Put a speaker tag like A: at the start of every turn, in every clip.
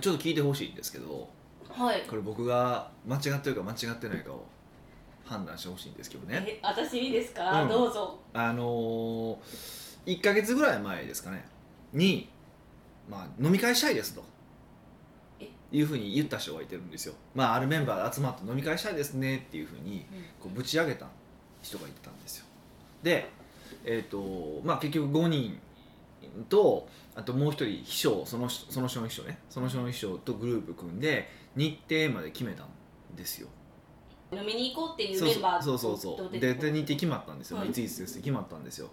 A: ちょっと聞いてほしいんですけど
B: はい
A: これ僕が間違ってるか間違ってないかを判断してほしいんですけどね
B: え私いいですか、
A: うん
B: どうぞ
A: あのー、1か月ぐらい前ですかねに、まあ、飲み会したいですと
B: え
A: いうふうに言った人がいてるんですよ、まあ、あるメンバーで集まって飲み会したいですねっていうふうにこうぶち上げた人がいたんですよでえっ、とまあ結局5人とあともう一人秘書その人その人の秘書ねその人の秘書とグループ組んで日程まで決めたんですよ
B: 飲みに行こうっていう
A: そう
B: メンバー
A: そうそうそうそうでで日程決まったんですよ、
B: はい
A: い、ついつですって決まったんですよ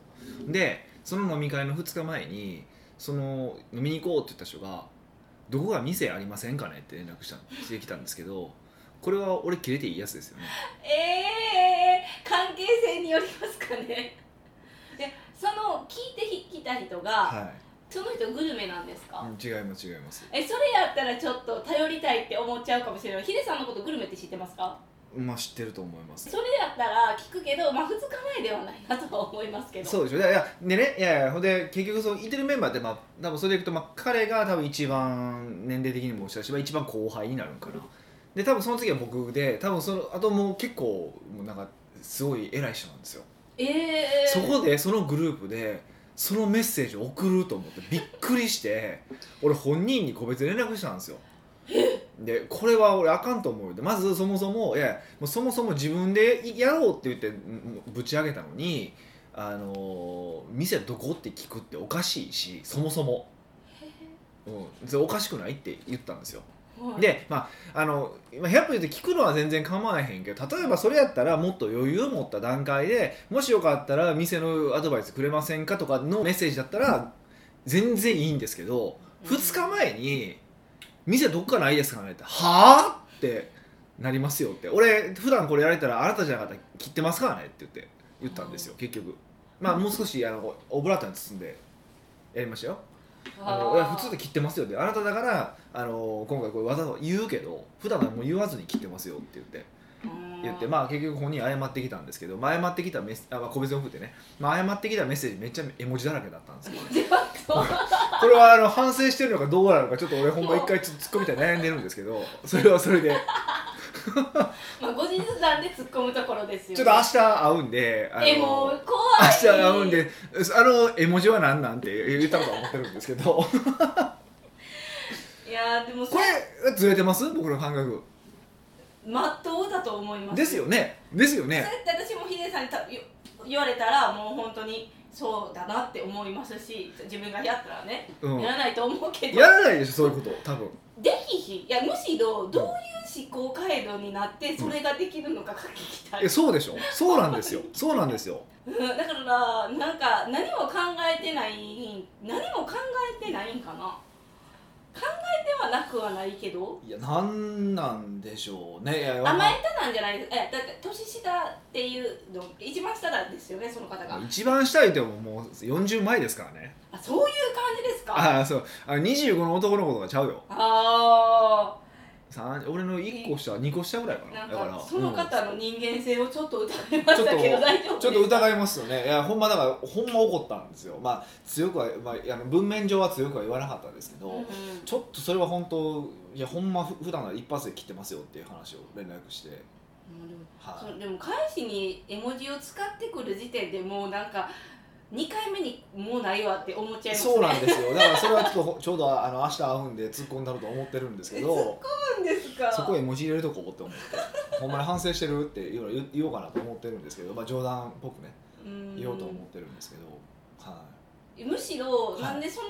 A: でその飲み会の2日前にその飲みに行こうって言った人が「どこが店ありませんかね?」って連絡したしてきたんですけどこれは俺切れていいやつですよね
B: ええ関係性によりますかね でその聞いてきた人が、
A: は
B: その人グルメなんです
A: いう
B: か、
A: ん違います違います
B: えそれやったらちょっと頼りたいって思っちゃうかもしれないヒデさんのことグルメって知ってますか
A: まあ知ってると思います
B: それやったら聞くけどまあ2日前ではないなとは思いますけど
A: そうでしょいやいやでねいやいやほんで結局そのいてるメンバーってまあ多分それでいくと、まあ、彼が多分一番年齢的にも下だしまあ一番後輩になるんかなで多分その次は僕で多分そのあともう結構もうなんかすごい偉い人なんですよ、
B: ええ
A: そこでそのグループでそのメッセージを送ると思ってびっくりして俺本人に個別連絡したんですよでこれは俺あかんと思うよでまずそもそもいやもうそもそも自分でやろうって言ってんぶち上げたのにあのー店どこって聞くっておかしいしそもそも、うん、それおかしくないって言ったんですよ
B: はい
A: でまああのまあ100分言って聞くのは全然構わへんけど例えばそれやったらもっと余裕を持った段階でもしよかったら店のアドバイスくれませんかとかのメッセージだったら全然いいんですけど、
B: うん
A: 2日前に「店どっかないですかね?」って「はあ?」ってなりますよって俺普段これやられたらあなたじゃなかったら切ってますからねって言って言ったんですよ結局まあもう少しあのオブラートに包んでやりましたよあのいや普通で切ってますよってあなただからあの今回これわざわざ言うけど普段はもう言わずに切ってますよって言って言ってまあ結局本人謝ってきたんですけど、まあ、謝ってきたメッセあ、まあ個別の送ってね、まあ、謝ってきたメッセージめっちゃ絵文字だらけだったんです よ
B: あではそう
A: これはあの反省してるのかどうなのかちょっと俺ほんま一回ちょっと突っ込みたい悩んでるんですけどそれはそれで
B: まあ後日談で突っ込むところですよ
A: ちょ
B: ね、
A: っと明日会うんであの
B: えもう怖い
A: 明日会うんであの絵文字は何なんて言ったことは思ってるんですけど
B: いやーでもそ
A: こ
B: れ
A: れずれてます僕の感覚
B: まっとうだと思います
A: ですよねですよね
B: それって私もヒデさんにたよ言われたらもう本当にそうだなって思いますし自分がやったらね、
A: うん
B: やらないと思うけど
A: やらないでしょそういうこと多分
B: できひんいやむしろどういう思考回路になってそれができるのか書きたい、
A: えそうでしょそうなんですよそうなんですよ
B: うんだからなんか何も考えてない何も考えてないんかな考えてはなくはないけど
A: いやなんなんでしょうねいや
B: 甘えたなんじゃないですえだって年下っていうの一番下なんですよねその方が
A: 一番下いてももう40前ですからね
B: あそういう感じですか
A: ああそうあの25の男の子とかちゃうよ
B: あ
A: 三俺の1個下2個下ぐらいか
B: ー
A: な
B: なん
A: だから
B: かその
A: うん
B: 方の人間性をちょっと疑いましたけ
A: ちょ
B: ど
A: っと
B: 大丈夫
A: ちょっと疑いますよねいやほんまだからほんま怒ったんですよまあ強くは、まあ、あの文面上は強くは言わなかったですけど、
B: うんうん
A: ちょっとそれは本当いやほんまふ普段なら一発で切ってますよっていう話を連絡して
B: うんでも
A: はい
B: そうでも返しに絵文字を使ってくる時点でもうなんか2回目にもうないわって思っちゃいますね
A: そうなんですよだからそれはちょっとちょうどあの明日会うんで突っ込んだろうと思ってるんですけ
B: え突
A: ど
B: そうなんですか
A: そこへ文字入れるとこって思ってほんまに反省してるって言うの言言おうかなと思ってるんですけど、まあ、冗談っぽくね
B: うん
A: 言おうと思ってるんですけど、は
B: むしろ
A: い
B: なんでその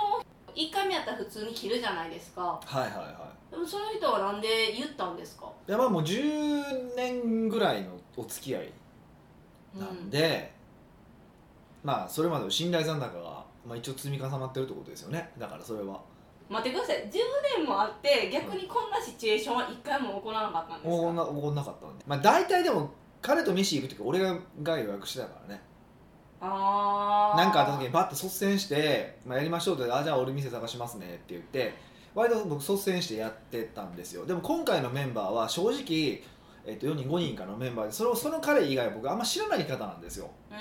B: 1回目やったら普通に切るじゃないですか
A: い、はいはいは
B: でもその人はなんで言ったんですか
A: いいやまあもう10年ぐらいのお付き合いなんで、まあそれまでの信頼残高が、まあ、一応積み重なってるってことですよねだからそれは
B: 待ってください10年もあって逆にこんなシチュエーションは1回も起こらなかったんですか
A: 怒んな怒んなかったんでまあ大体でも彼と飯行く時俺が予約してたからね
B: あー
A: なんかあった時にバッて率先して、まあ、やりましょうってあじゃあ俺店探しますねって言って割と僕率先してやってたんですよでも今回のメンバーは正直、えっと4人5人かのメンバーでそのその彼以外は僕あんま知らない方なんですよ
B: う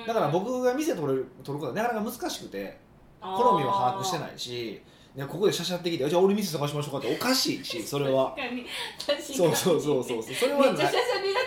B: ーん
A: だから僕が店取る取ることはなかなか難しくて
B: 好
A: 好みを把握してないしね、ここでしゃしゃってきてじゃあ俺店探しましょうかっておかしいしそれは
B: 確かに確かに
A: そうそうそうそうそうそれ
B: め
A: は
B: っ
A: な
B: ちゃしゃ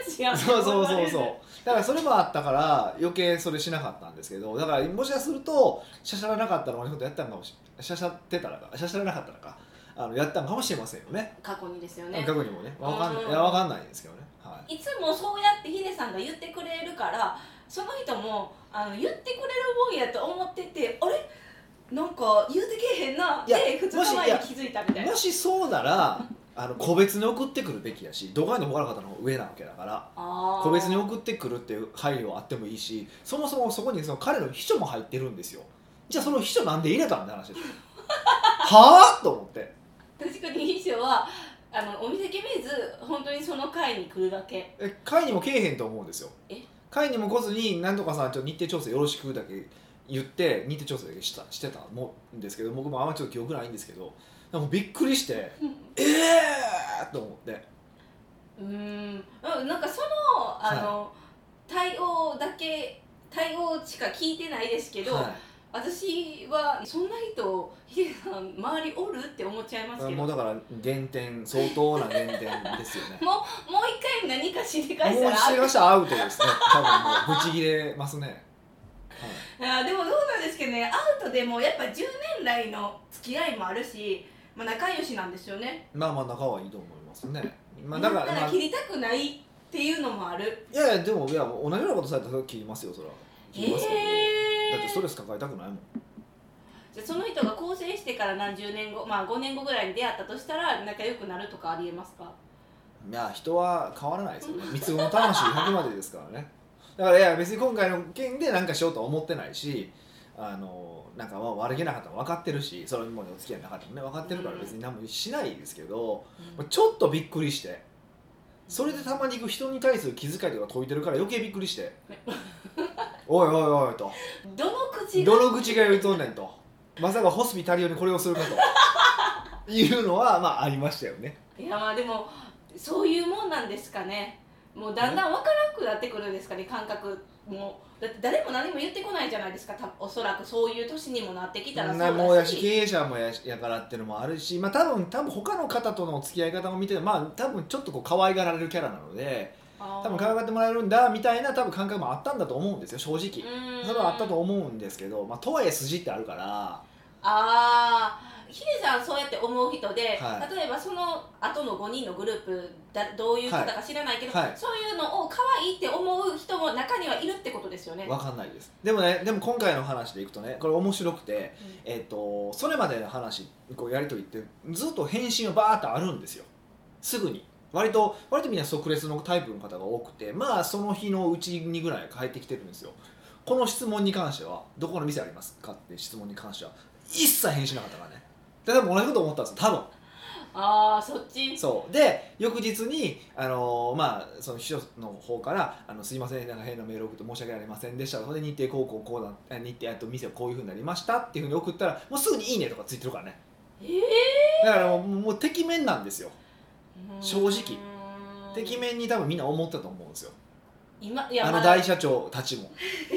B: し
A: い
B: ゃりが違う
A: そうそうそうそうだからそれもあったから余計それしなかったんですけどだからもしかするとしゃしゃらなかったら俺のことやったんかもししゃしゃってたらかしゃしゃらなかったらかあのやったんかもしれませんよね
B: 過去にですよね
A: 過去にもねわかんない,、
B: うん
A: いやわかんないですけどね、はい
B: つもそうやってヒデさんが言ってくれるからその人もあの言ってくれるもんやと思っててあれなんか言うてけえへんない
A: や
B: で2
A: もし
B: 日前に気づいたみた
A: い
B: い
A: も
B: な
A: しそうならあの個別に送ってくるべきやし度外の他の方の方が上なわけだから
B: あー
A: 個別に送ってくるっていう配慮はあってもいいしそもそもそこにその彼の秘書も入ってるんですよじゃあその秘書なんで入れたんって話でしょはあと思って
B: 確かに秘書はあのお店決めず本当にその会に来るだけ
A: え会にもけえへんと思うんですよ
B: え
A: 会にも来ずに何とかさんちょっと日程調整よろしくだけ言って日程調整だけしたしてたもんですけど僕もあんまちょっと記憶ないんですけどでもびっくりしてええー、と思って
B: うーんうんなんかそのあの、対応だけ対応しか聞いてないですけど、
A: はい
B: 私はそんな人ヒデさん周りおるって思っちゃいますけど
A: もうだから減点相当な減点ですよね
B: もう一回何かしで
A: もう
B: 返したら
A: 一回したらアウトですね多分もうブチ切れますね、
B: あーでもそうなんですけどねアウトでもやっぱ10年来の付き合いもあるし、まあ、仲良しなんですよね、
A: まあまあ仲はいいと思いますね、まあ、
B: だ
A: だ
B: か
A: からら、まあ、
B: 切
A: い
B: りたくないっていうのもある
A: やいやでもいや同じようなことされたらそれは切りますよそれは切りますけど、だってストレス抱えたくないもん
B: じゃあその人が更生してから何十年後まあ5年後ぐらいに出会ったとしたら仲良くなるとかありえますか
A: いや人は変わらないですよね 三つ子の魂100までですからねだからいや別に今回の件で何かしようとは思ってないしあのなんかまあ悪気なかったの分かってるしそれもお付き合いなかったのね分かってるから別に何もしないですけど、まあちょっとびっくりしてそれでたまに行く人に対する気遣いとか解いてるから余計びっくりして「おいおいおい」と
B: どの
A: 「
B: 口が
A: どの口が言うとんねん」と「まさかホスピタリオにこれをするか」というのはまあありましたよね
B: いやまあでもそういうもんなんですかねもうだんだん分からなくなってくるんですかね感覚もだって誰も何も言ってこないじゃないですかたおそらくそういう年にもなってきたらそうだ
A: な
B: し
A: もうやし経営者もやしやからっていうのもあるしまあ多分多分他の方との付き合い方も見てまあ多分ちょっとこう可愛がられるキャラなので
B: あー
A: 多分可愛がってもらえるんだみたいな多分感覚もあったんだと思うんですよ正直
B: うーん
A: それはあったと思うんですけどまあとはいえ筋ってあるから
B: ああヒデさんそうやって思う人で、
A: はい
B: 例えばその後の5人のグループだどういう方か知らないけど、
A: はいはい
B: そういうのを可愛いって思う人も中にはいるってことですよね
A: わかんないですでもねでも今回の話でいくとねこれ面白くて、えっとそれまでの話こうやりとりってずっと返信はバーッとあるんですよすぐに割と割とみんな即レスのタイプの方が多くてまあその日のうちにぐらい帰ってきてるんですよこの質問に関しては「どこの店ありますか?」って質問に関しては一切返信なかったからねで多分同じこと思ったんですよ多分
B: ああそっち
A: そうで翌日に、あのーまあ、その秘書の方から「あのすいませんなんか変なメール送って申し訳ありませんでした」それで日程こうこうこうだえ日程あと店はこういうふうになりましたっていうふうに送ったらもうすぐに「いいね」とかついてるからね
B: え
A: だからもうもう敵面なんですよ
B: ー
A: 正直
B: うーん
A: 敵面に多分みんな思ったと思うんですよ
B: 今いや
A: あ
B: ま
A: の
B: だ
A: 大社長たちも
B: いや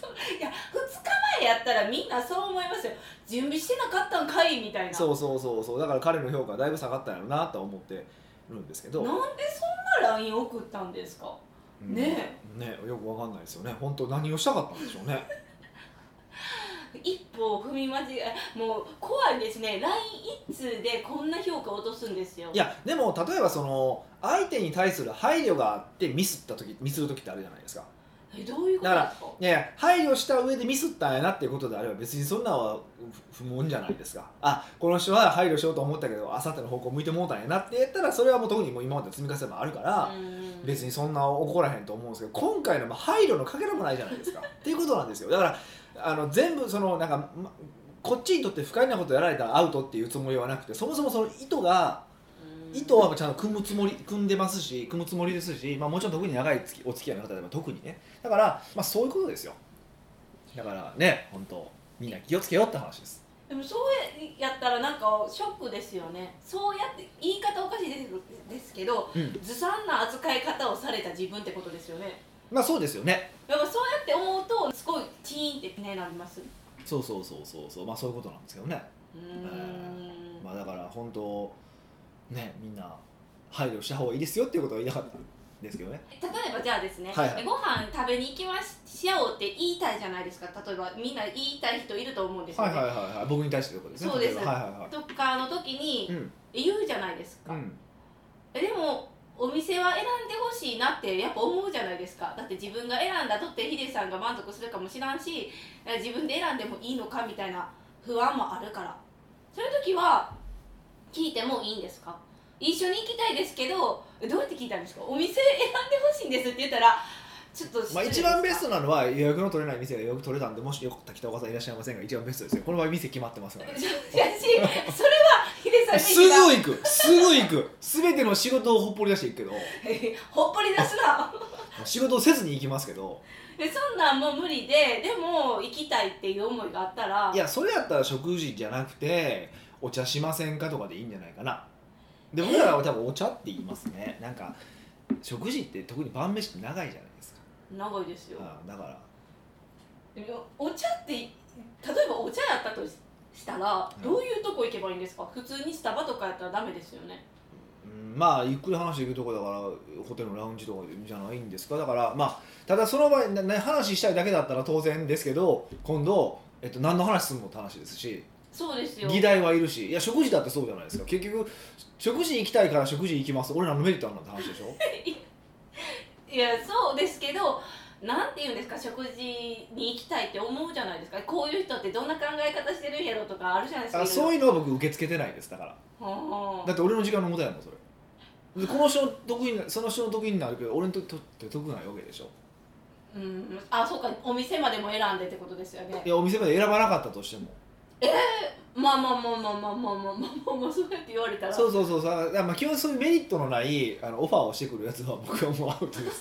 B: そういや2日前やったらみんなそう思いますよ準備してなかったんかいみたいな
A: そうそうそうそうだから彼の評価はだいぶ下がったんやろうなとは思ってるんですけど、
B: なんでそんな LINE 送ったんですか
A: うん
B: ね
A: ねよくわかんないですよね本当何をしたかったんでしょうね
B: 一歩踏み間違えもう怖いですね LINE 一通でこんな評価落とすんですよ
A: いやでも例えばその相手に対する配慮があってミスった時ミスる時ってあるじゃないですか
B: えどういうことですか
A: いやいや配慮した上でミスったんやなっていうことであれば別にそんなんは不不問じゃないですかあこの人は配慮しようと思ったけどあさっての方向向いてもうたんやなって言ったらそれはもう特にもう今までの積み重ねもあるから、
B: うん
A: 別にそんな怒らへんと思うんですけど今回のも配慮のかけらもないじゃないですかっていうことなんですよだからあの全部そのなんか、まこっちにとって不快なことやられたらアウトっていうつもりはなくてそもそもその意図が
B: うん
A: 糸はちゃんと組むつもり組んでますし組むつもりですし、まあ、もちろん特に長いつきお付き合いの方でも特にねだから、まあ、そういうことですよだからね本当みんな気をつけようって話です
B: でもそうやったらなんかショックですよねそうやって言い方おかしいですですけど
A: うん
B: ずさんな扱い方をされた自分ってことですよね
A: まあそうですよね
B: やっぱそうやって思うとすごいチーンってねなります
A: そうそうそうそうそうまあそういうことなんですけどね
B: うーん
A: まあだから本当ねみんな配慮した方がいいですよっていうことは言いたかったんですけどね
B: 例えばじゃあですね、
A: はいはい
B: ご飯食べに行きましようって言いたいじゃないですか例えばみんな言いたい人いると思うんです よ
A: は
B: ね、
A: いはいはいはい僕に対してのことですね
B: そうです
A: 例えばはいはいは
B: とかの時に
A: いうん
B: 言うじゃないです
A: う
B: か、
A: ん
B: えでもお店は選んでほしいなってやっぱ思うじゃないですかだって自分が選んだとってヒデさんが満足するかもしらんし自分で選んでもいいのかみたいな不安もあるからそういう時は聞いてもいいんですか一緒に行きたいですけどどうやって聞いたんですかお店選んでほしいんですって言ったらちょっと失
A: まあ、
B: 礼です
A: 一
B: か
A: 番ベストなのは予約の取れない店が予約取れたんでもしよかったら北岡さんいらっしゃいませんが一番ベストですよこの場合店決まってますから、ね、
B: いやしそれはヒデさんの
A: す
B: 意見が
A: ぐ行くすぐ行く全ての仕事をほっぽり出していくけど
B: ほっぽり出すな
A: 仕事をせずに行きますけど
B: でそんなんもう無理ででも行きたいっていう思いがあったら
A: いやそれやったら食事じゃなくてお茶しませんかとかでいいんじゃないかなで僕らは多分お茶って言いますねなんか食事って特に晩飯って長いじゃないですか、
B: 長いですよ
A: うんだから
B: お茶って例えばお茶やったとししたら
A: うん
B: どういうとこ行けばいいんですか普通にスタバとかやったらダメですよね
A: うんまあゆっくり話していくとこだからホテルのラウンジとかじゃないんですかだからまあただその場合なな話したいだけだったら当然ですけど今度、えっと、何の話するのって話ですし
B: そうですよ
A: 議題はいるしいや食事だってそうじゃないですか結局食事行きたいから食事行きます俺らのメリットあるのって話 でしょ
B: いやそうですけどなんて言うんですか食事に行きたいって思うじゃないですかこういう人ってどんな考え方してるんやろとかあるじゃないですか
A: あそう
B: い
A: いうのは僕受け付けてないですだから
B: ろいろは
A: だって俺の時間の無駄やもんそれでこの人の得意なその人の得意になるけど俺にとって得ないわけでしょ
B: あうんあそうかお店までも選んでってことですよね
A: いやお店まで選ばなかったとしても
B: まあまあまあまあまあまあまあまあまあまあそうやって言われたら
A: そうそうそうそうだからまあ基本そういうメリットのないあのオファーをしてくるやつは僕はもうアウトです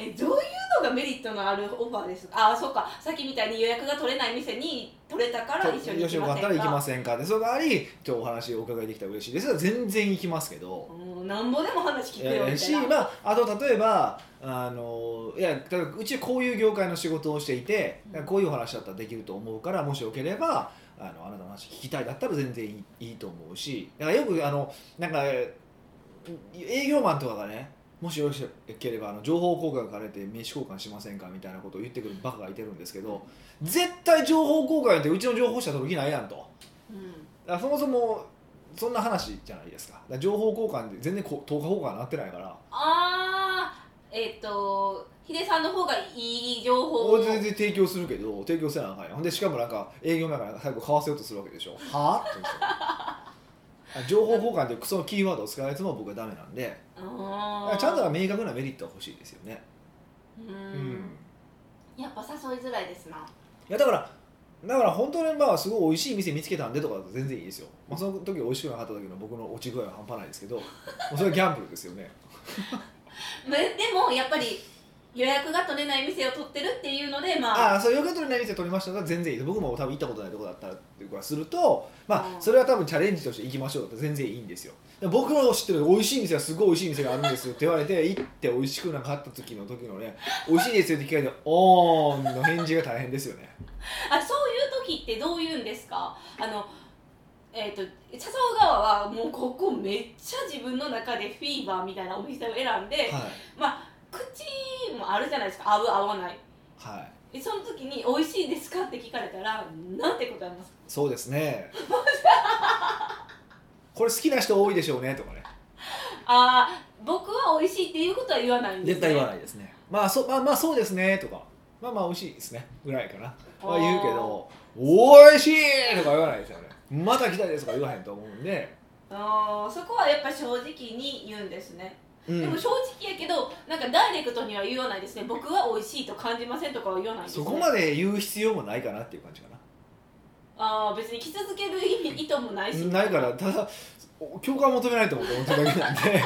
B: えどういうのがメリットのあるオファーですああそうかさっきみたいに予約が取れない店に取れたから 一緒に行
A: よし
B: き
A: よか
B: ま
A: っ
B: せん
A: た
B: から
A: 行きませんかでその代わり今日お話お伺いできたら嬉しいです全然行きますけど
B: うんなんぼでも話聞くよ
A: えー
B: みたい
A: し、
B: な、
A: まあ、あと例えばあのいや例えばうちこういう業界の仕事をしていて
B: うん
A: こういうお話だったらできると思うからもしよければあのあなたの話聞きたいだったら全然いいいいと思うしだからよくあのなんかえー営業マンとかがねもしよろしければあの情報交換されて名刺交換しませんかみたいなことを言ってくるバカがいてるんですけど絶対情報交換やってうちの情報社とる気ないやんと。
B: うん
A: だからそもそもそんな話じゃないですかだから情報交換で全然こう投下交換になってないから
B: あーえっ、とヒデさんの方がいい情報を
A: 俺全然提供するけど提供せなあかんやんほんでしかもなんか営業なんから最後買わせようとするわけでしょはあって言うんですよあ情報交換でクソのキーワードを使うやつも僕はダメなんでだか
B: あ
A: ら
B: ー
A: ちゃんとは明確なメリットは欲しいですよね
B: うん
A: うん、
B: やっぱ誘いづらいですない
A: やだからだから本当にまあすごい美味しい店見つけたんでとかだと全然いいですよ、まあ、その時美味しくなかった時の僕の落ち具合は半端ないですけどもうそれはギャンブルですよね
B: めでもやっぱり予約が取れない店を取ってるっていうのでまあ
A: ああそう予約取れない店取りましたが全然いいです僕も多分行ったことないとこだったらっていうかするとま
B: う
A: あ
B: ん
A: それは多分チャレンジとして行きましょうだったら全然いいんですよでも僕の知ってる美味しい店はすごい美味しい店があるんですよって言われて行って美味しくなかった時の時のね美味しいですよって聞かれて「おーん」の返事が大変ですよね
B: あそういう時ってどう言うんですかあのえっ、と誘う側はもうここめっちゃ自分の中でフィーバーみたいなお店を選んで、
A: はい
B: 口もあるじゃないですか合う合わない
A: はい
B: でその時に「美味しいですか?」って聞かれたらなんて答えますか
A: そうです ねこれ好きな人多いでしょうねとかね
B: あー僕は美味しいっていうことは言わないんです、ね、
A: 絶対言わないですねまあそ,、まあ、まあそうですねとかまあまあ美味しいですねぐらいかなまあ、言うけど「おいしい!」とか言わないですよね「また来たいです」とか言わへんと思うんで、
B: あーそこはやっぱ正直に言うんですね、
A: うん
B: でも正直やけどなんかダイレクトには言わないですね僕は美味しいと感じませんとかは言わないです、
A: そ
B: ね、
A: こまで言う必要もないかなっていう感じかな
B: あー別に着続ける意味意図もないし
A: ないからただお共感を求めないと思って思っただけ なんで、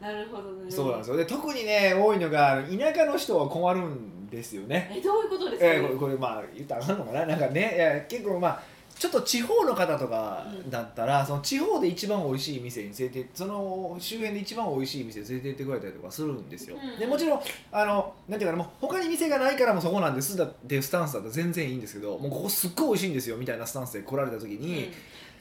B: なるほど
A: う
B: ね
A: ん、そうなんですよで特にね多いのが田舎の人は困るんですよね
B: えどういうことですか、
A: えーこれこれまあ言ったらあかんのかななんかねいや結構まあちょっと地方の方とか
B: うん
A: だったら、その地方で一番美味しい店に連れてその周辺で一番美味しい店に連れて行ってくれたりとかするんですよ、
B: うん
A: でもちろんあのなんていうかなもう他に店がないからもうそこなんですだっていうスタンスだと全然いいんですけどもうここすっごい美味しいんですよみたいなスタンスで来られた時
B: うん
A: に、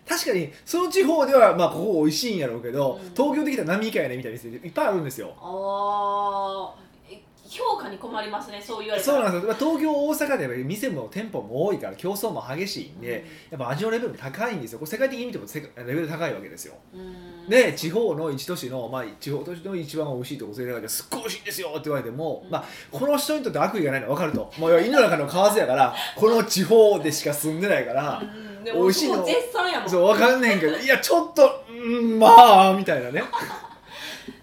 A: 確かにその地方ではまあここ美味しいんやろうけど、
B: うん
A: 東京できたら並以下やねみたいな店いっぱいあるんですよ
B: あーえ評価に困りますねそう言われた
A: そう
B: ら
A: なんですよまあ東京大阪でやっぱり店も店舗も多いから競争も激しいんで、やっぱ味のレベルも高いんですよこれ世界的に見ても世界レベル高いわけですよ
B: うん
A: で地方の一都市の、まあ、地方都市の一番美味しいとこ連れてかれてすっごい美味しいんですよって言われても、
B: うん
A: まあ、この人にとって悪意がないの分かるともう要は井の中の蛙やからこの地方でしか住んでないから、
B: うんで
A: 美
B: も
A: 味しいの
B: そこ絶賛やもん
A: そう分かんねんけどいやちょっとうんまあみたいなね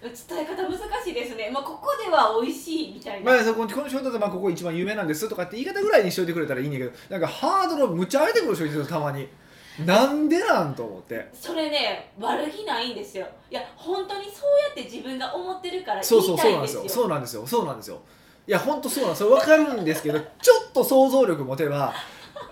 B: 伝え方難しいですね、まあ、ここでは美味しいみたいな、
A: まあ、そここの仕事だとまあここ一番有名なんですとかって言い方ぐらいにしといてくれたらいいんだけどなんかハードルむっちゃ上げてくる人いるんですよたまになんでなんと思って
B: それね悪気ないんですよいや本当にそうやって自分が思ってるから言
A: そうそ
B: いう
A: そ
B: た
A: うないん
B: ん
A: で
B: ですす
A: よ
B: よ
A: そうなんですよそうなんですよいや本当そうなんですよ分かるんですけど ちょっと想像力持てば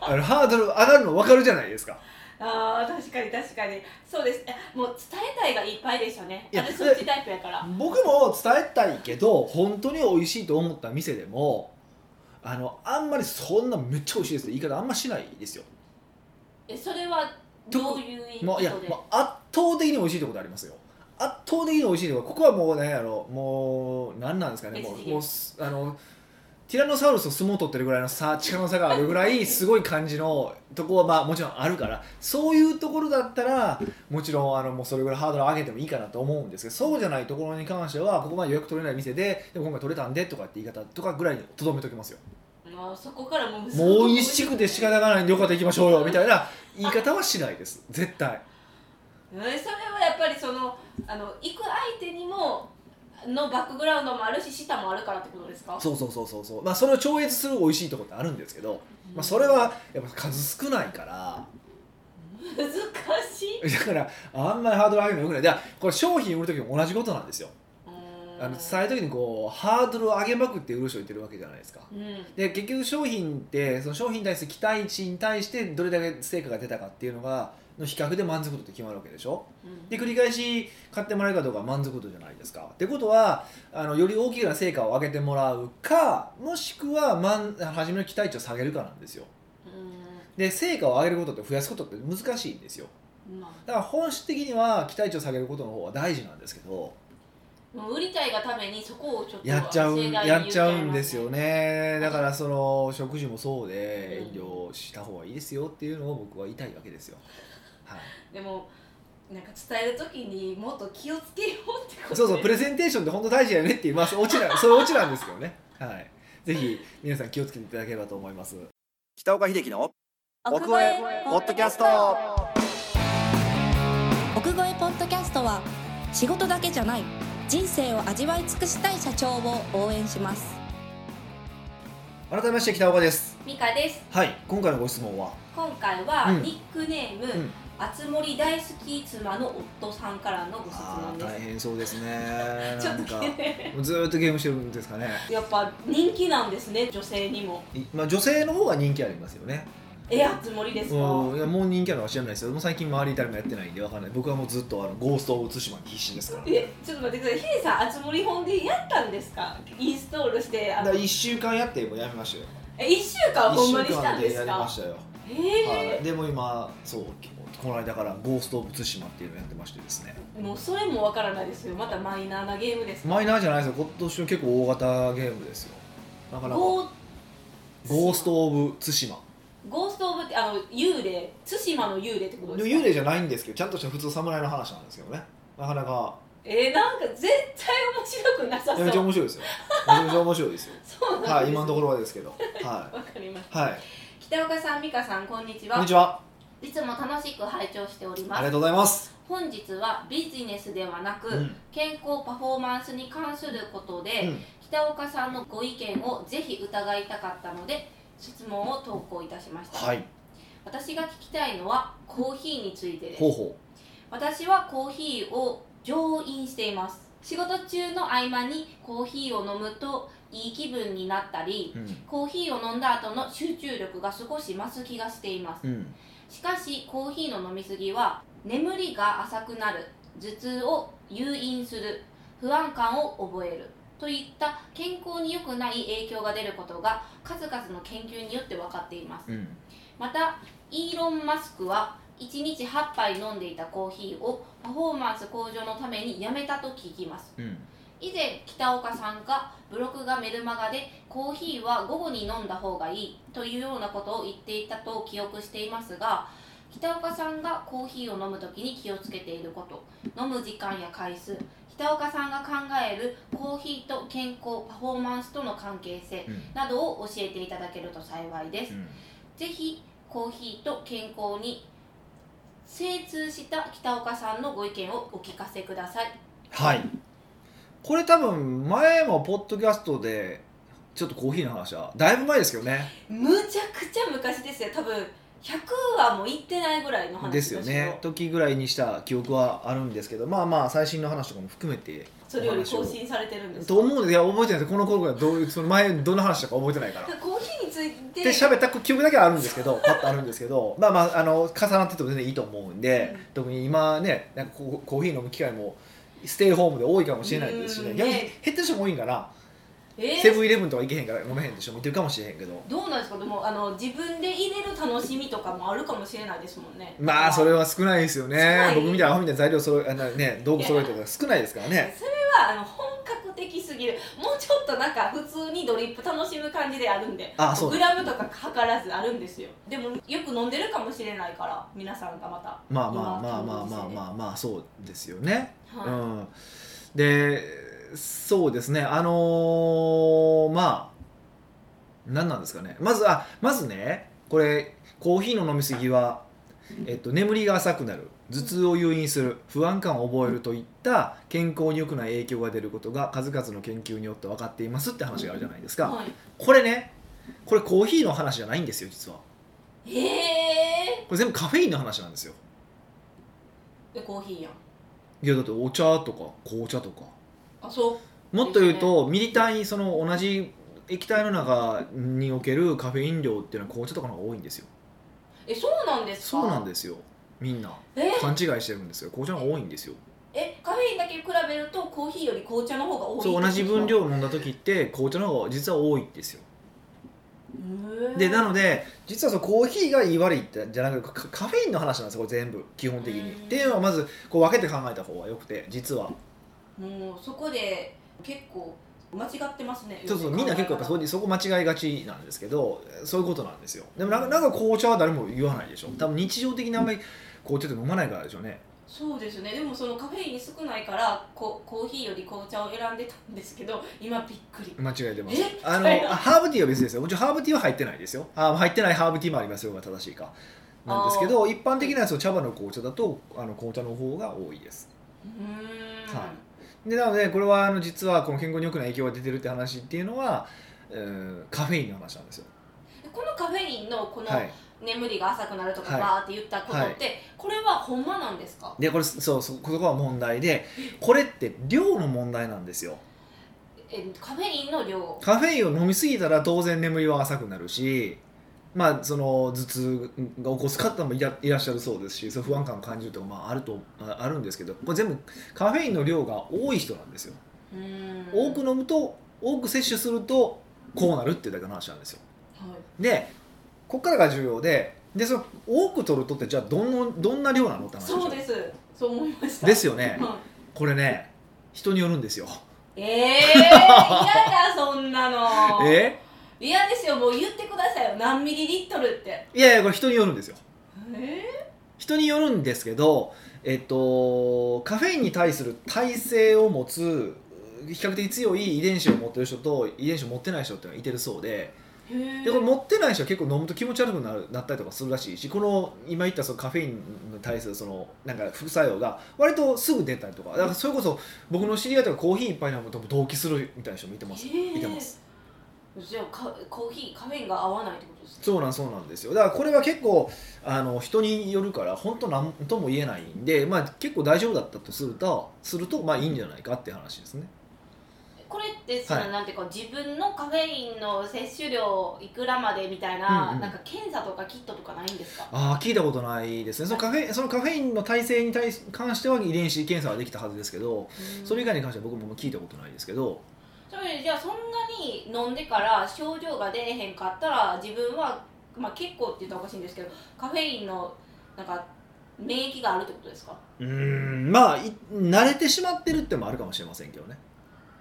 A: あのハードル上がるの分かるじゃないですか
B: あー確かに確かにそうですえもう伝えたいがいっぱいでしたね
A: いや
B: 私そっちタイプやから
A: 僕も伝えたいけど本当に美味しいと思った店でもあのあんまりそんなめっちゃ美味しいですって言い方あんましないですよ
B: えそれはどういう意味
A: もういや
B: で
A: もう圧倒的に美味しいところありますよ圧倒的に美味しいとこここはもうねあのもう何なんですかねも
B: 別
A: う
B: 次元
A: もうすあのティラノサウルスと相撲取ってるぐらいの差力の差があるぐらいすごい感じのとこはまあもちろんあるからそういうところだったらもちろんあのもうそれぐらいハードル上げてもいいかなと思うんですけどそうじゃないところに関してはここまで予約取れない店ででも今回取れたんでとかって言い方とかぐらいにとどめときますよ
B: もうそこからもう
A: もう美味しくて仕方がないんでよかったら行きましょうよみたいな言い方はしないです絶対
B: うんそれはやっぱりそのあの行く相手にものバックグラウンドもあるし舌もあるからってことですか
A: そうそうそうそうそうまあそれを超越する美味しいとこってあるんですけど、まあ、それはやっぱ数少ないから
B: 難しい
A: だからあんまりハードル上げるのよくないだからこれ商品売る時も同じことなんですよあの伝える時にこうハードルを上げまくって売る人いてるわけじゃないですか
B: うん
A: で結局商品ってその商品に対する期待値に対してどれだけ成果が出たかっていうのがの比較で満足度って決まるわけでしょ
B: うん
A: で繰り返し買ってもらえるかどうかは満足度じゃないですか。ってことはあのより大きな成果を上げてもらうかもしくは満初めの期待値を下げるかなんですよ。で成果を上げることって増やすことって難しいんですよ。
B: うんま
A: だから本質的には期待値を下げることの方が大事なんですけど
B: あもう売りたいがためにそこをちょっと
A: やっちゃう
B: 盛大に
A: やっちゃうん
B: 言
A: で
B: います
A: よねだからその食事もそうで
B: う
A: 遠
B: ん
A: 慮した方がいいですよっていうのを僕は言いたいわけですよ。はい
B: でもなんか伝える時にもっと気をつけようってこと
A: そうそうプレゼンテーションって本当大事だよねっていうまあそうオチ なそういうオチなんですけどね。はい。ぜひ皆さん気をつけていただければと思います。
C: 北岡秀樹の奥越えポッドキャスト
D: 奥越えポッドキャストは仕事だけじゃない人生を味わい尽くしたい社長を応援します
A: 改めまして北岡です。
B: ミカです
A: はい。今回のご質問は
B: 今回は
A: うん
B: ニックネーム、
A: ん
B: あつ森大好き妻の夫さんからのご質
A: あ
B: 問
A: ー大
B: で
A: 変そうですね。
B: すちょ
A: な
B: っ
A: ん
B: と
A: か
B: 聞いて
A: もうずーっとゲームしてるんですかね。
B: やっぱ人気なんですね女性にも
A: いまあ女性の方が人気ありますよね。
B: えあつ森ですか、
A: うんいやもう人気あるのは知らないですよ。もう最近周り誰もやってないんでわかんない。僕はもうずっとあのゴーストを映しまに必死ですから。
B: えちょっと待ってくださいヒデさんあつ森本でやったんですかインストールして
A: だ
B: あの
A: から一週間やってもうやめましたよ。
B: え1週間ほんまにしたんで
A: 一週間
B: す
A: やりま
B: か
A: したよ。
B: え
A: はい、でも今そうこの間から「ゴースト・オブ・ツシマ」っていうのやってましてですね
B: ー、もうそれもわからないですよまたマイナーなゲームです
A: マイナーじゃないですよ今年の結構大型ゲームですよなかなか
B: ゴー
A: ゴースト・オブ・ツシマ
B: ゴースト・オブってあの幽霊対馬の幽霊ってことですか
A: 幽霊じゃないんですけどちゃんとした普通侍の話なんですけどねなかなか
B: えー、なんか絶対面白くなさ
A: めちゃめち
B: そ
A: ゃ
B: う
A: 面白いですよめちゃめちゃ面白い ですよ
B: そうなん
A: は
B: です
A: い今のところはですけどは
B: わかります
A: い、 はい、
B: 北岡さん美香さんこんにちは
A: こんにちはい
B: つも楽しく拝聴しており
A: あ
B: ま
A: りが
B: す
A: とうございます、
B: 本日はビジネスではなく、
A: うん
B: 健康パフォーマンスに関することで、
A: うん
B: 北岡さんのご意見をぜひ伺いたかったので質問を投稿いたしました、
A: はい
B: 私が聞きたいのはコーヒーについてです
A: ほうほ
B: 私はコーヒーを常飲しています仕事中の合間にコーヒーを飲むといい気分になったり
A: ううん
B: コーヒーを飲んだ後の集中力が少し増す気がしていま
A: う
B: す
A: ん
B: しかしコーヒーの飲みすぎは眠りが浅くなる頭痛を誘引する不安感を覚えるといった健康に良くない影響が出ることが数々の研究によって分かっています
A: うん
B: またイーロン・マスクは1日8杯飲んでいたコーヒーをパフォーマンス向上のためにやめたと聞きます
A: うん
B: 以前北岡さんがブログがメルマガでコーヒーは午後に飲んだ方がいいというようなことを言っていたと記憶していますが北岡さんがコーヒーを飲む時に気をつけていること飲む時間や回数北岡さんが考えるコーヒーと健康パフォーマンスとの関係性
A: うん
B: などを教えていただけると幸いです
A: うん
B: ぜひコーヒーと健康に精通した北岡さんのご意見をお聞かせください
A: はいこれ多分前もポッドキャストでちょっとコーヒーの話はだいぶ前ですけどね
B: むちゃくちゃ昔ですよ多分100はもういってないぐらいの話
A: ですよね時ぐらいにした記憶はあるんですけどまあまあ最新の話とかも含めて
B: それより更新されてるんですか
A: と思うんでいや覚えてないですこの頃からどういうその前どんな話したか覚えてないから。
B: コーヒーについて
A: で喋った記憶だけはあるんですけどパッとあるんですけどまあまああの重なってても全然いいと思うんで、
B: うん
A: 特に今ねなんかこうコーヒー飲む機会もステイホームで多いかもしれないですしね
B: うん
A: 逆に
B: ね
A: 減ってる人も多いんかな
B: えー
A: セブンイレブンとか行けへんから飲めへんでしょ見てるかもしれへんけど
B: どうなんですかでもあの自分で入れる楽しみとかもあるかもしれないですもんね
A: まあそれは少ないですよ
B: 少
A: ね
B: ない
A: 僕みたいなアホみたいな材料揃えあの、ね、道具揃えてるから少ないですからね
B: それはあの本格的すぎるもうちょっとなんか普通にドリップ楽しむ感じであるんで
A: あそう
B: グラムとか測らずあるんですよでもよく飲んでるかもしれないから皆さんがまた
A: まあまあまあまあまあまあまあそうですよね、うん、でそうですねあのーまあ何なんですかねまずあまずねこれコーヒーの飲み過ぎは、えっと、眠りが浅くなる頭痛を誘引する不安感を覚えるといった健康に良くない影響が出ることが数々の研究によって分かっていますって話があるじゃないですか、
B: はい
A: これねこれコーヒーの話じゃないんですよ実は
B: ええ
A: これ全部カフェインの話なんですよ
B: ー、でコーヒーやん
A: いやだってお茶とか紅茶とか
B: あそう
A: もっと言うと、ミリ単位その同じ液体の中におけるカフェイン量っていうのは紅茶とかの方が多いんですよ
B: えそうなんですか
A: そうなんですよみんな
B: え
A: 勘違いしてるんですよ紅茶の方が多いんですよ
B: えカフェインだけ比べるとコーヒーより紅茶の方が多い
A: そう同じ分
B: へ
A: 量飲んだ時って紅茶の方が実は多いんですよ
B: ー
A: でなので実はそのコーヒーがいい悪いってじゃなくてカカフェインの話なんですよこれ全部基本的に
B: うん
A: っていうのはまずこう分けて考えた方がよくて実は
B: もうそこで結構間違ってますね
A: そうそうみんな結構やっぱそこ
B: で
A: にそこ間違いがちなんですけどそういうことなんですよでもなんかなんか紅茶は誰も言わないでしょ多分日常的にあんまり紅茶って飲まないからでしょうね
B: そうですねでもそのカフェイン少ないからこコーヒーより紅茶を選んでたんですけど今びっくり
A: 間違えてます
B: え
A: あの
B: そうよ
A: あハーブティーは別ですよもちろんハーブティーは入ってないですよあ入ってないハーブティーもありますよが正しいかなんですけど一般的なやつを茶葉の紅茶だとあの紅茶の方が多いです
B: うーん
A: はでなのでこれはあの実はこの健康に良くない影響が出てるって話っていうのは、うんカフェインの話なんですよ、
B: このカフェインのこの
A: はい、
B: 眠りが浅くなるとか
A: はい
B: バーって言ったことって、これはほんまなんですか
A: でこれそうそこそこは問題でこれって量の問題なんですよ
B: えカフェインの量
A: カフェインを飲みすぎたら当然眠りは浅くなるしまあその頭痛が起こす方もいらいらっしゃるそうですしそう不安感を感じるとかまああるとああるんですけどこれ全部カフェインの量が多い人なんですよ
B: うーん
A: 多く飲むと多く摂取するとこうなるっていうだけの話なんですよ
B: はい
A: でここからが重要ででその多く取るとってじゃあどんなどんな量なのって話
B: そう
A: で
B: ですす。そう思いました。
A: ですよね
B: は
A: これね人によるんですよ
B: い。 ええー、嫌だそんなの。
A: え
B: 嫌ですよ。もう言ってくださいよ。何ミリリットルって。
A: いやいやこれ人によるんですよ
B: え
A: 人によるんですけど、えっと、カフェインに対する耐性を持つ比較的強い遺伝子を持ってる人と遺伝子を持ってない人っていうのがいてるそうで
B: えー。
A: でこれ持ってない人は結構飲むと気持ち悪くなるなったりとかするらしいしこの今言ったそのカフェインに対するそのなんか副作用が割とすぐ出たりとかだからそれこそ僕の知り合いとかコーヒー一杯飲むと同期するみたいな人もいてます、
B: えー
A: いてます
B: じゃあかコーヒーカフェインが合わないってことですか。
A: そうなんそうなんですよだからこれは結構あの人によるから本当なんとも言えないんで、まあ、結構大丈夫だったとするとするとまあいいんじゃないかっていう話ですね
B: これってその、
A: はい
B: なんていうか自分のカフェインの摂取量いくらまでみたいな、
A: うんうん
B: なんか検査とかキットとかないんですか
A: ああ聞いたことないですねそのカフェそのカフェインの耐性に対し関しては遺伝子検査はできたはずですけどそれ以外に関しては僕も聞いたことないですけど
B: つまりじゃあそんなに飲んでから症状が出えへんかったら自分は、まあ、結構って言ったらおかしいんですけどカフェインのなんか免疫があるってことですか
A: うーんまあい慣れてしまってるってもあるかもしれませんけどね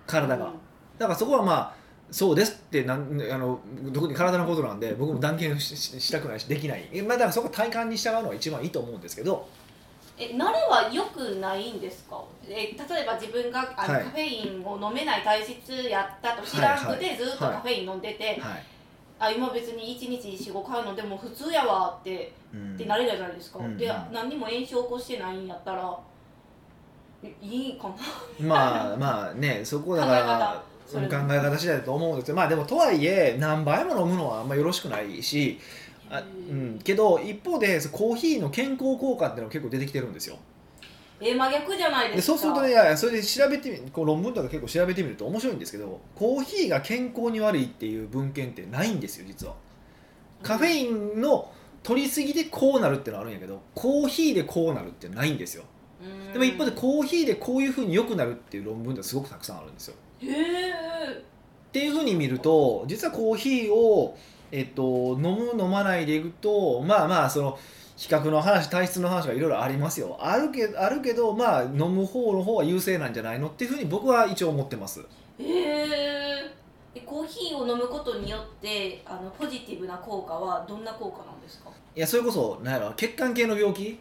A: 体が、
B: うん
A: だからそこはまあそうですってなんあの特に体のことなんで僕も断言しししたくないしできない、えまあ、だからそこ体感に従うのが一番いいと思うんですけど
B: え慣れは良くないんですかえ例えば自分があの、
A: はい
B: カフェインを飲めない体質やったと知らんく
A: はい
B: て、ずっとカフェイン飲んでて、
A: はい、
B: あ今別に1日45回飲んでも普通やわって
A: うん
B: ってなれるじゃないですか、
A: うん
B: で
A: うん
B: 何にも炎症起こしてないんやったらいいいかな
A: まあまあねそこだか
B: 考
A: ら
B: え方
A: そ
B: そ
A: の
B: れ
A: 考え方次第だと思うんですけどまあでもとはいえ何杯も飲むのはあんまよろしくないしあ、うん、けど一方でそコーヒーの健康効果っていうのが結構出てきてるんですよ
B: え真逆じゃないで
A: ですそう
B: か
A: するとねいやいやそれで調べてみこう論文とか結構調べてみると面白いんですけどコーヒーが健康に悪いっていう文献ってないんですよ実はカフェインの取りすぎでこうなるってのはあるんやけどコーヒーでこうなるってないんですよ
B: うん
A: でも一方でコーヒーでこういうふうに良くなるっていう論文ってすごくたくさんあるんですよ
B: へえ
A: っていうふうに見ると実はコーヒーを、えっと、飲む飲まないでいくとまあまあその比較の話体質の話がいろいろありますよあるけあるけどまあ飲む方の方は優勢なんじゃないのっていうふうに僕は一応思ってます
B: へーえコーヒーを飲むことによってあのポジティブな効果はどんな効果なんですか
A: いやそれこそなんやろ血管系の病気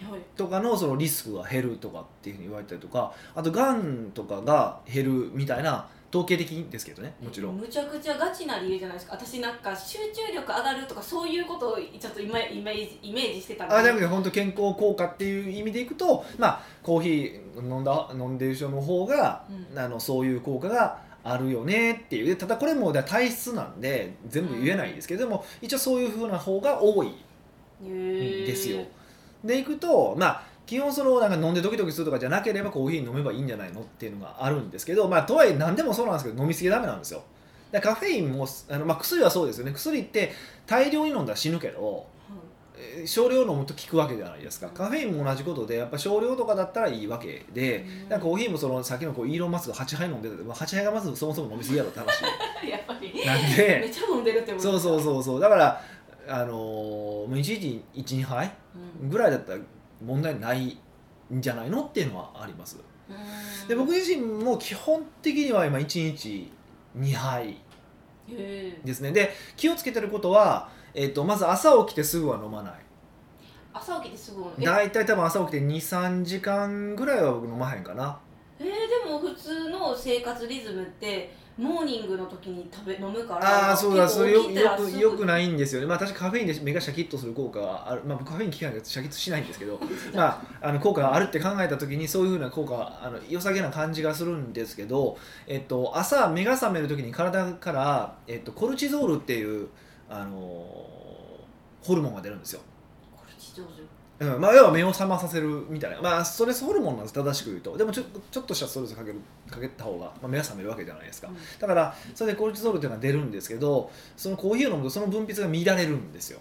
B: はい
A: とかのそのリスクが減るとかっていうふうに言われたりとかあとがんとかが減るみたいな統計的ですけどねもちろん
B: むちゃくちゃガチな理由じゃないですか私なんか集中力上がるとかそういうことをちょっとイメイメージイメージしてたんで
A: あじゃなくて本当健康効果っていう意味でいくと、まあ、コーヒー飲んだ飲んでる人の方が、
B: うん
A: あのそういう効果があるよねっていうでただこれもだから体質なんで全部言えないですけど、でも一応そういうふうな方が多いん
B: へー
A: ですよ。でいくとまあ基本そのなんか飲んでドキドキするとかじゃなければコーヒー飲めばいいんじゃないのっていうのがあるんですけど、まあ、とはいえ何でもそうなんですけど飲みすぎダメなんですよ。だからカフェインもあの、まあ、薬はそうですよね薬って大量に飲んだら死ぬけどえー少量飲むと効くわけじゃないですかカフェインも同じことでやっぱ少量とかだったらいいわけで、なんかコーヒーもそのさっきのこうイーロン・マスクが8杯飲んでたけどまあ8杯がまずそもそも飲みすぎやろって話
B: はいやっぱり
A: なん
B: めっ
A: で
B: ちゃ飲んでるって思
A: そうそう
B: う、
A: そうそうだからあのーもう1日12杯
B: うん
A: ぐらいだったら問題ないんじゃないのっていうのはあります
B: うん
A: で僕自身も基本的には今1日2杯
B: へー
A: ですねで気をつけてることは、えっとまず朝起きてすぐは飲まない
B: 朝起きてすぐえ
A: 大体多分朝起きて23時間ぐらいは僕飲まへんかな
B: えー、でも普通の生活リズムってモーニングの時に食べ飲むから
A: ああーそうだ
B: 結
A: そ
B: 構
A: れよ
B: 起きたら
A: よく
B: すぐ
A: よくないんですよねまあ確かカフェインで目がシャキッとする効果はある、まあ、僕カフェイン効かないからシャキッとしないんですけどまああの効果があるって考えた時にそういうふうな効果はあの良さげな感じがするんですけど、えっと、朝目が覚める時に体から、えっと、コルチゾールっていう、あのーホルモンが出るんですよ
B: これ地上手
A: うんまあ、要は目を覚まさせるみたいな、まあ、ストレスホルモンなんです正しく言うとでもちょっとちょっとしたストレスかけるかけた方が、まあ、目が覚めるわけじゃないですか、
B: うん
A: だからそれでコルチゾールっていうのは出るんですけどそのコーヒーを飲むとその分泌が乱れるんですよ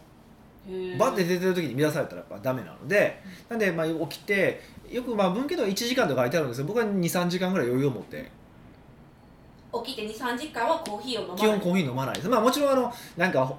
B: へー
A: バッて出てる時に乱されたらやっぱダメなのでなんでまあ起きてよくまあ文献では1時間とか書いてあるんですけど僕は23時間ぐらい余裕を持って
B: 起きて23時間はコーヒーを飲まない
A: 基本コーヒー飲まないです、まあ、もちろんあのなんかほ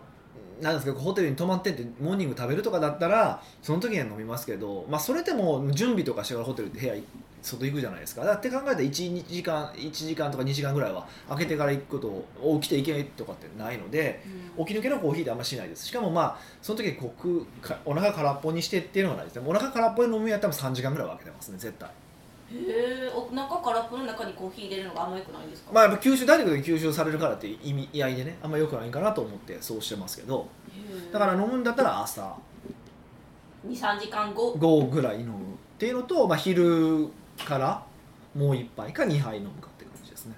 A: なんですかホテルに泊まってってモーニング食べるとかだったらその時には飲みますけど、まあ、それでも準備とかしてからホテルって部屋い外行くじゃないですかだって考えたら1時間一時間とか2時間ぐらいは開けてから行くことを起きていけないとかってないので
B: うん
A: 起き抜けのコーヒーってあんましないですしかもまあその時にこうかお腹空っぽにしてっていうのはないですねお腹空っぽに飲むんやったら3時間ぐらいは開けてますね絶対
B: へえお腹からこの中にコーヒー入れるのがあんま良くないんですか、
A: まあやっぱ吸収ダイレクトに吸収されるからっていう意味意味合いでねあんま良くないかなと思ってそうしてますけどだから飲むんだったら朝
B: 23時間後
A: 午後ぐらい飲むっていうのと、まあ、昼からもう1杯か2杯飲むかって感じですね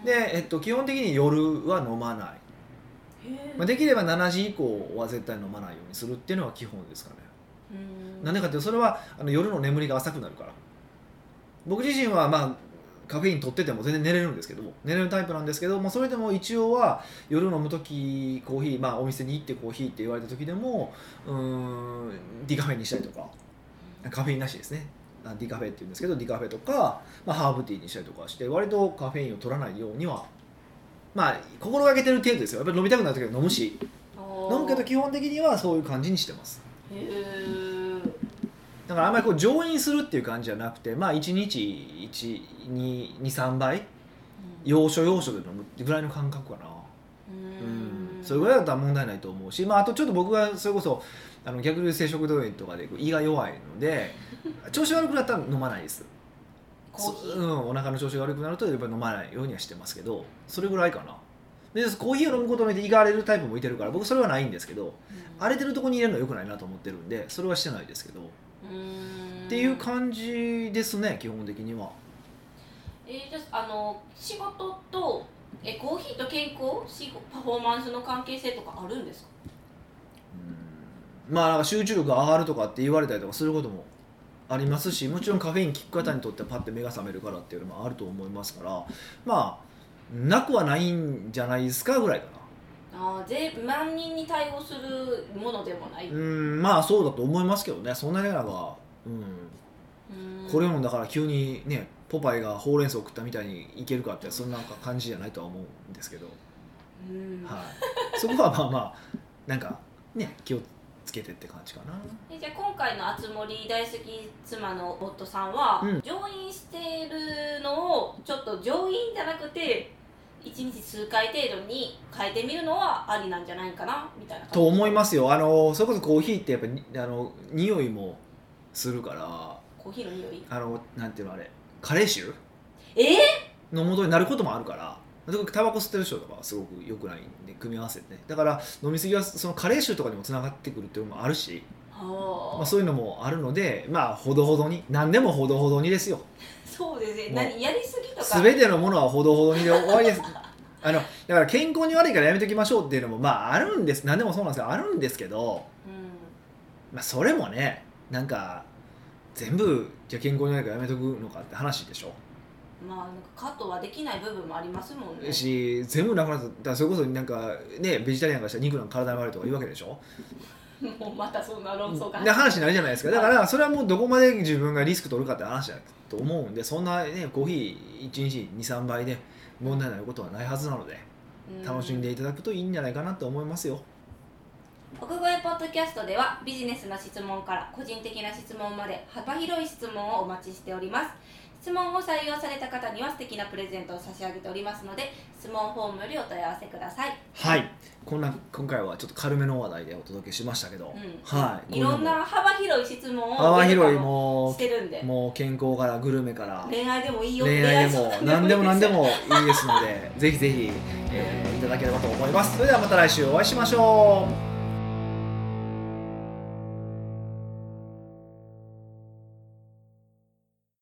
B: うん
A: で、えっと、基本的に夜は飲まない、
B: へー
A: まあ、できれば7時以降は絶対飲まないようにするっていうのは基本ですかね
B: うん
A: なんでかっていうとそれはあの夜の眠りが浅くなるから僕自身はまあカフェイン取ってても全然寝れるんですけども寝れるタイプなんですけど、まあ、それでも一応は夜飲む時コーヒー、まあ、お店に行ってコーヒーって言われた時でもうーんディカフェにしたりとかカフェインなしですねあディカフェって言うんですけどディカフェとか、まあ、ハーブティーにしたりとかして割とカフェインを取らないようにはまあ心がけてる程度ですよやっぱり飲みたくなる時は飲むし飲
B: 飲
A: むけど基本的にはそういう感じにしてます
B: へー
A: だからあんまりこう上飲するっていう感じじゃなくてまあ1日123倍要所要所で飲むってぐらいの感覚かな
B: う
A: うん
B: ん
A: それぐらいだったら問題ないと思うし、まあ、あとちょっと僕がそれこそあの逆流性食道炎とかで胃が弱いの で調子悪くなったら飲まないです
B: コーヒ
A: う
B: ー
A: ん、お腹の調子が悪くなるとやっぱり飲まないようにはしてますけどそれぐらいかなでコーヒーを飲むことによって胃が荒れるタイプもいてるから僕それはないんですけど荒れてるとこに入れるのはよくないなと思ってるんでそれはしてないですけど、
B: うん
A: っていう感じですね基本的には
B: えー、じゃああの仕事とえコーヒーと健康仕事パフォーマンスの関係性とかあるんですか
A: うんまあなんか集中力が上がるとかって言われたりとかすることもありますしもちろんカフェイン効く方にとってはパッて目が覚めるからっていうのもあると思いますからまあなくはないんじゃないですかぐらいかな
B: あーぜ万人に対応するものでもない、
A: うんまあそうだと思いますけどねそんなになんか、うん、
B: うん
A: これもだから急にねポパイがほうれん草食ったみたいにいけるかってそんななんか感じじゃないとは思うんですけど、
B: う ん
A: はい、そこはまあまあなんかね気をつけてって感じかな。
B: えじゃあ今回の「あつ森大好き妻の夫さんは」
A: うん
B: 上院してるのをちょっと上院じゃなくて1日数回程度に変えてみるのはありなんじゃないかなみたいな感じ
A: と思いますよあのそれこそコーヒーってやっぱりあの匂いもするから
B: コーヒーの匂い
A: あのなんていうのあれ加齢臭
B: え
A: のもとになることもあるから特にタバコ吸ってる人とかはすごく良くないんで組み合わせてねだから飲み過ぎはその加齢臭とかにもつながってくるっていうのもあるし、
B: ー、は
A: ま
B: あ
A: あ、そういうのもあるのでまあほどほどに何でもほどほどにですよ
B: そうですね
A: もう
B: 何やりすぎとか
A: 全てのものはほどほどにで終わりですあのだから健康に悪いからやめときましょうっていうのもまああるんです何でもそうなんですけどあるんですけど
B: うん
A: まあ、それもねなんか全部じゃあ健康にないからやめとくのかって話でしょ、
B: まあなんかカットはできない部分もありますもんね
A: し全部なくなっただからそれこそなんかねベジタリアンがしたら肉なんか体に悪いとか言うわけでしょ
B: もうまたそんな論争が
A: で話になるじゃないですかだからそれはもうどこまで自分がリスク取るかって話だと思うんでそんなねコーヒー1日23杯で問題ないことはないはずなので
B: う
A: 楽しんでいただくといいんじゃないかなと思いますよ、
B: 奥越えポッドキャストではビジネスの質問から個人的な質問まで幅広い質問をお待ちしております質問を採用された方には素敵なプレゼントを差し上げておりますので質問フォームよりお問い合わせください、
A: はいこんな今回はちょっと軽めの話題でお届けしましたけど、
B: うん
A: はい
B: いろんな幅広い質問を
A: 幅広い
B: ウェルカム
A: もう
B: してるんで
A: もう健康からグルメから
B: 恋愛でもいいよ
A: 恋愛でも何でも何でもいいですのでぜひぜひ、
B: え
A: えーいただければと思いますそれではまた来週お会いしましょう